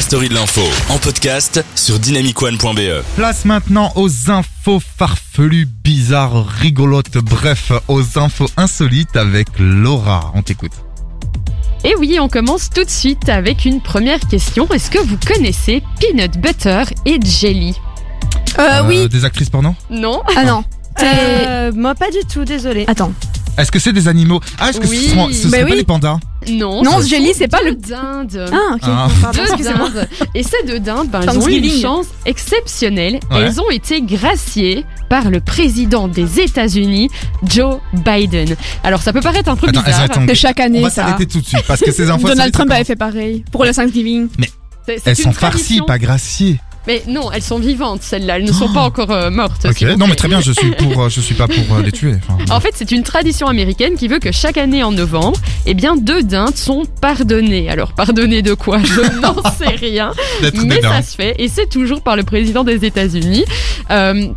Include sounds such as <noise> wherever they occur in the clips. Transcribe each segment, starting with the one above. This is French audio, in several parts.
story de l'info en podcast sur dynamicone.be. Place maintenant aux infos farfelues, bizarres, rigolotes, bref, aux infos insolites avec Laura. On t'écoute. Et oui, on commence tout de suite avec une première question. Est-ce que vous connaissez peanut butter et jelly Ah Euh, oui. Des actrices porno Non Ah non. Euh, moi pas du tout, désolé. Attends. Est-ce que c'est des animaux Ah, est-ce que Oui. ce sont, ce Bah seraient oui. pas les pandas Non. Non, ce jelly, sont c'est pas deux le- dinde. Ah, ok. Ah. Pardon, Deux excusez-moi. dindes. Et ces deux dindes, ben, elles ont eu une Thanksgiving. chance exceptionnelle. Ouais. Elles ont été graciées par le président des États-Unis, Joe Biden. Alors, ça peut paraître un peu Attends, bizarre. attends. C'est chaque On année, va ça. s'arrêter tout de suite parce que ces infos Donald insolites, Trump c'est avait fait pareil pour le Thanksgiving. C'est- pas- c'est Elles une sont farcies, tradition. pas graciées. Mais non, elles sont vivantes, celles-là. Elles ne sont pas encore euh, mortes. Ok. s'il vous Non, mais plaît. très bien. Je suis pour. euh, je suis pas pour euh, les tuer. Enfin, En fait, c'est une tradition américaine qui veut que chaque année en novembre, eh bien, deux dindes sont pardonnées. Alors, pardonnées de quoi Je n'en sais rien. D'être Mais des ça dindes. se fait, et c'est toujours par le président des États-Unis. Euh,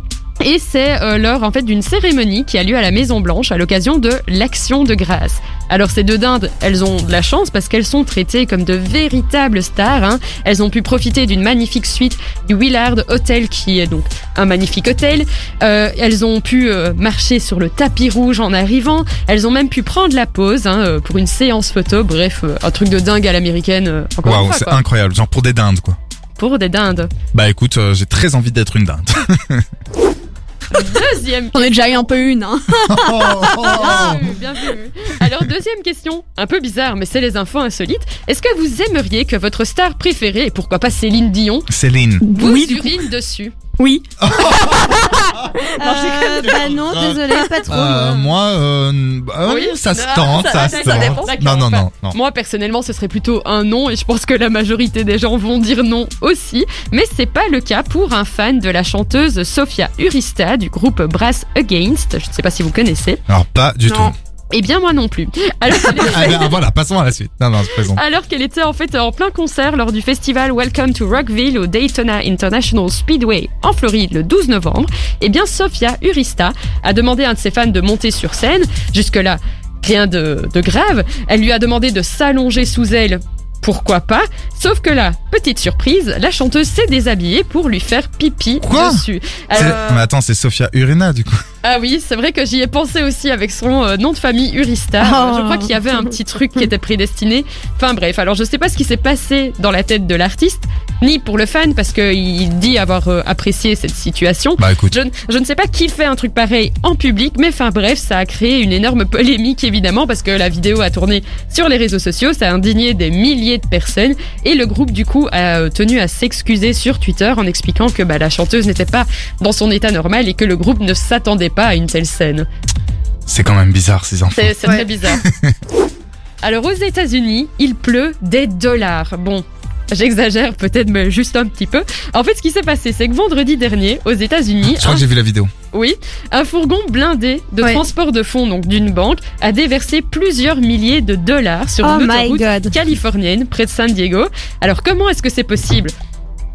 et c'est euh, lors en fait d'une cérémonie qui a lieu à la Maison Blanche à l'occasion de l'Action de grâce. Alors ces deux dindes, elles ont de la chance parce qu'elles sont traitées comme de véritables stars. hein. Elles ont pu profiter d'une magnifique suite du Willard Hotel qui est donc un magnifique hôtel. Euh, elles ont pu euh, marcher sur le tapis rouge en arrivant. Elles ont même pu prendre la pause hein, euh, pour une séance photo. Bref, euh, un truc de dingue à l'américaine. euh, encore une Waouh, fois, c'est quoi. incroyable. Genre pour des dindes, quoi. Pour des dindes. Bah écoute, euh, j'ai très envie d'être une <laughs> dinde. Deuxième J'en ai déjà eu un peu une, hein. Ah. Bien vu, bien vu. Alors, deuxième question, un peu bizarre, mais c'est les infos insolites. Est-ce que vous aimeriez que votre star préférée, et pourquoi pas Céline Dion, Céline. vous Oui, du coup. urine dessus <laughs> Oui. Euh, bah non, Ah. désolé, pas trop. Euh, moi. moi, euh, bah, Oui. ça se Ah, tente, ça, ça- se ça tente. dépend. non, non, non, non. Moi, personnellement, ce serait plutôt un non, et je pense que la majorité des gens vont dire non aussi. Mais c'est pas le cas pour un fan de la chanteuse Sofia Urista du groupe Brass Against. Je ne sais pas si vous connaissez. Alors pas du Non. tout. Eh bien, moi non plus. Alors, Ah, ben, voilà, passons à la suite. Non, non, je plaisante. Alors qu'elle était en fait en plein concert lors du festival Welcome to Rockville au Daytona International Speedway en Floride le 12 novembre, eh bien Sofia Urista a demandé à un de ses fans de monter sur scène. Jusque-là, rien de, de grave. Elle lui a demandé de s'allonger sous elle. Pourquoi pas Sauf que là, petite surprise, la chanteuse s'est déshabillée pour lui faire pipi Quoi dessus. C'est- Alors- euh, Mais attends, c'est Sofia Urina du coup. ah oui, c'est vrai que j'y ai pensé aussi avec son euh, nom de famille Urista. Oh. Je crois qu'il y avait un petit truc qui était prédestiné. Enfin bref, alors je sais pas ce qui s'est passé dans la tête de l'artiste, ni pour le fan, parce qu'il dit avoir euh, apprécié cette situation. Bah écoute, Je, ne- je ne sais pas qui fait un truc pareil en public, mais enfin bref, ça a créé une énorme polémique évidemment parce que la vidéo a tourné sur les réseaux sociaux, ça a indigné des milliers de personnes et le groupe du coup a euh, tenu à s'excuser sur Twitter en expliquant que bah, la chanteuse n'était pas dans son état normal et que le groupe ne s'attendait pas à une telle scène. c'est quand même bizarre ces enfants. C'est c'est très bizarre. Alors aux États-Unis, il pleut des dollars. Bon. J'exagère peut-être, mais juste un petit peu. En fait, ce qui s'est passé, c'est que vendredi dernier, aux États-Unis, Je Ah, crois un que j'ai vu la vidéo. oui, un fourgon blindé de Ouais. transport de fonds, donc d'une banque, a déversé plusieurs milliers de dollars sur Oh une my autoroute god. californienne près de San Diego. Alors comment est-ce que c'est possible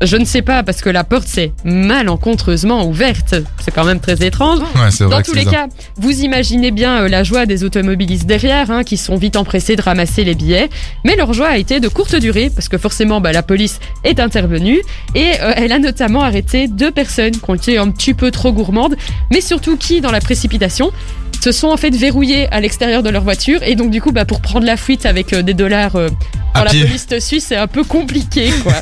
Je ne sais pas parce que la porte s'est malencontreusement ouverte. C'est quand même très Oh. étrange. Ouais, c'est vrai. Dans que tous c'est les bizarre. cas, vous imaginez bien euh, la joie des automobilistes derrière, hein, qui sont vite empressés de ramasser les billets. Mais leur joie a été de courte durée, parce que forcément, bah, la police est intervenue. Et euh, elle a notamment arrêté deux personnes qui ont été un petit peu trop gourmandes, mais surtout qui, dans la précipitation, se sont en fait verrouillées à l'extérieur de leur voiture. Et donc, du coup, bah, pour prendre la fuite avec euh, des dollars euh, À dans la pied. police suisse, c'est un peu compliqué, <laughs> quoi.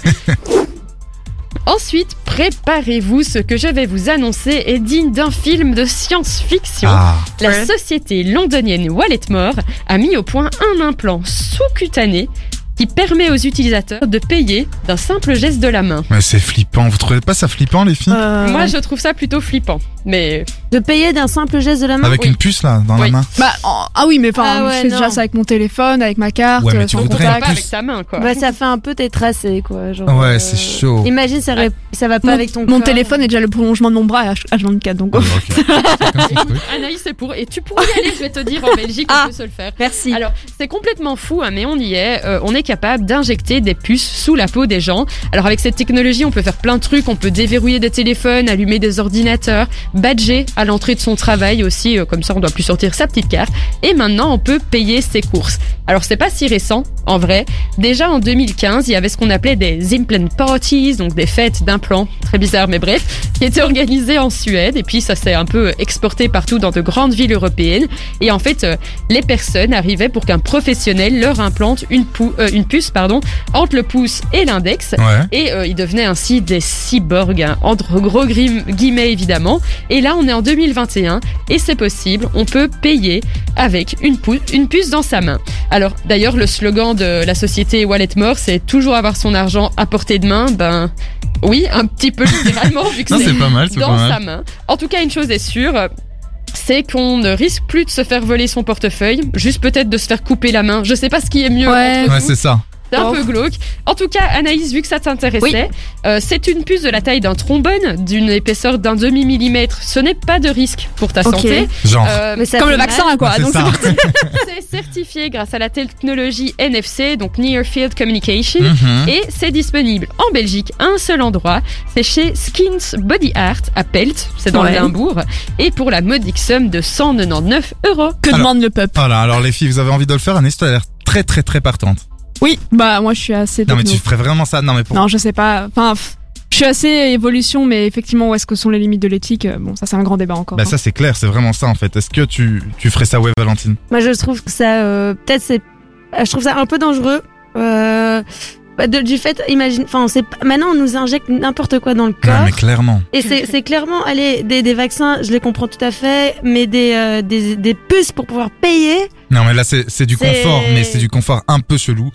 Ensuite, préparez-vous, ce que je vais vous annoncer est digne d'un film de science-fiction. Ah, La société londonienne Walletmore a mis au point un implant sous-cutané qui permet aux utilisateurs de payer d'un simple geste de la main. mais c'est flippant. Vous trouvez pas ça flippant les filles Ah Euh, Moi, je trouve ça plutôt flippant, mais De payer d'un simple geste de la main. Avec Euh, oui. une puce là dans la Oui. main. Bah, en- ah oui, mais enfin, Ah ouais, je fais non. déjà ça avec mon téléphone, avec ma carte, Ouais, mais euh, tu sur le voudrais pas en contact. plus. avec ta main, quoi. Bah, ça fait un peu tétrassé, quoi. Genre, Ouais, euh, c'est chaud. Imagine, ça, ré- ça va pas Mon, avec ton mon corps. téléphone est déjà le prolongement de mon bras à H24, donc. oh. Ah, ok. Chacun son truc. Anaïs, c'est pour. Et tu pourrais y aller, je vais te dire, <laughs> en Belgique, on Ah. peut se le faire. Merci. Alors, c'est complètement fou, hein, mais on y est. Euh, on est capable d'injecter des puces sous la peau des gens. Alors, avec cette technologie, on peut faire plein de trucs. On peut déverrouiller des téléphones, allumer des ordinateurs, badger à à l'entrée de son travail aussi, euh, comme ça on doit plus sortir sa petite carte. Et maintenant on peut payer ses courses. Alors c'est pas si récent en vrai. Déjà en 2015, il y avait ce qu'on appelait des implant parties, donc des fêtes d'implants, très bizarre mais bref, qui étaient organisées en Suède. Et puis ça s'est un peu exporté partout dans de grandes villes européennes. Et en fait, euh, les personnes arrivaient pour qu'un professionnel leur implante une, pou- euh, une puce pardon, entre le pouce et l'index. Ouais. Et euh, ils devenaient ainsi des cyborgs, hein, entre gros grim- guillemets évidemment. Et là, on est en 2021 et c'est possible, on peut payer avec une, pou- une puce dans sa main. Alors d'ailleurs, le slogan de la société Walletmore, c'est toujours avoir son argent à portée de main. Ben oui, un petit peu littéralement, vu que Non, c'est c'est pas mal, c'est dans pas sa mal. main. En tout cas, une chose est sûre, euh, c'est qu'on ne risque plus de se faire voler son portefeuille, juste peut-être de se faire couper la main. Je sais pas ce qui est mieux. Ouais. entre Ouais, nous. c'est ça. C'est un Oh. peu glauque. En tout cas, Anaïs, vu que ça t'intéressait, euh, c'est une puce de la taille d'un trombone, d'une épaisseur d'un demi-millimètre. Ce n'est pas de risque pour ta Ok. santé. Genre. Euh, Oh, Mais ça Comme fait le mal. vaccin, quoi. Ouais, c'est donc ça. c'est certifié grâce à la technologie NFC, donc Near Field Communication. <laughs> Mhm. Et c'est disponible en Belgique à un seul endroit. C'est chez Skins Body Art à Pelt, c'est dans Ouais. le Limbourg. Et pour la modique somme de 199 euros. Que Alors- demande le peuple Voilà, alors les filles, vous avez envie de le faire Anaïs, toi, elle a l'air très très très partante. Oui, bah moi je suis assez. Non mais techno. tu ferais vraiment ça Non mais pour... Non, je sais pas. Enfin, pff, je suis assez évolution, mais effectivement, où est-ce que sont les limites de l'éthique euh, Bon, ça c'est un grand débat encore. Bah hein. ça c'est clair, c'est vraiment ça en fait. Est-ce que tu, tu ferais ça, ouais Valentine Moi, je trouve que ça, euh, peut-être c'est, je trouve ça un peu dangereux. Euh, bah, de- du fait, imagine, enfin, c'est pas- maintenant on nous injecte n'importe quoi dans le corps. mais clairement. Et c'est c'est clairement, allez, des, des vaccins, je les comprends tout à fait, mais des, euh, des, des puces pour pouvoir payer. Non mais là c'est c'est du C'est- confort, mais c'est du confort un peu chelou.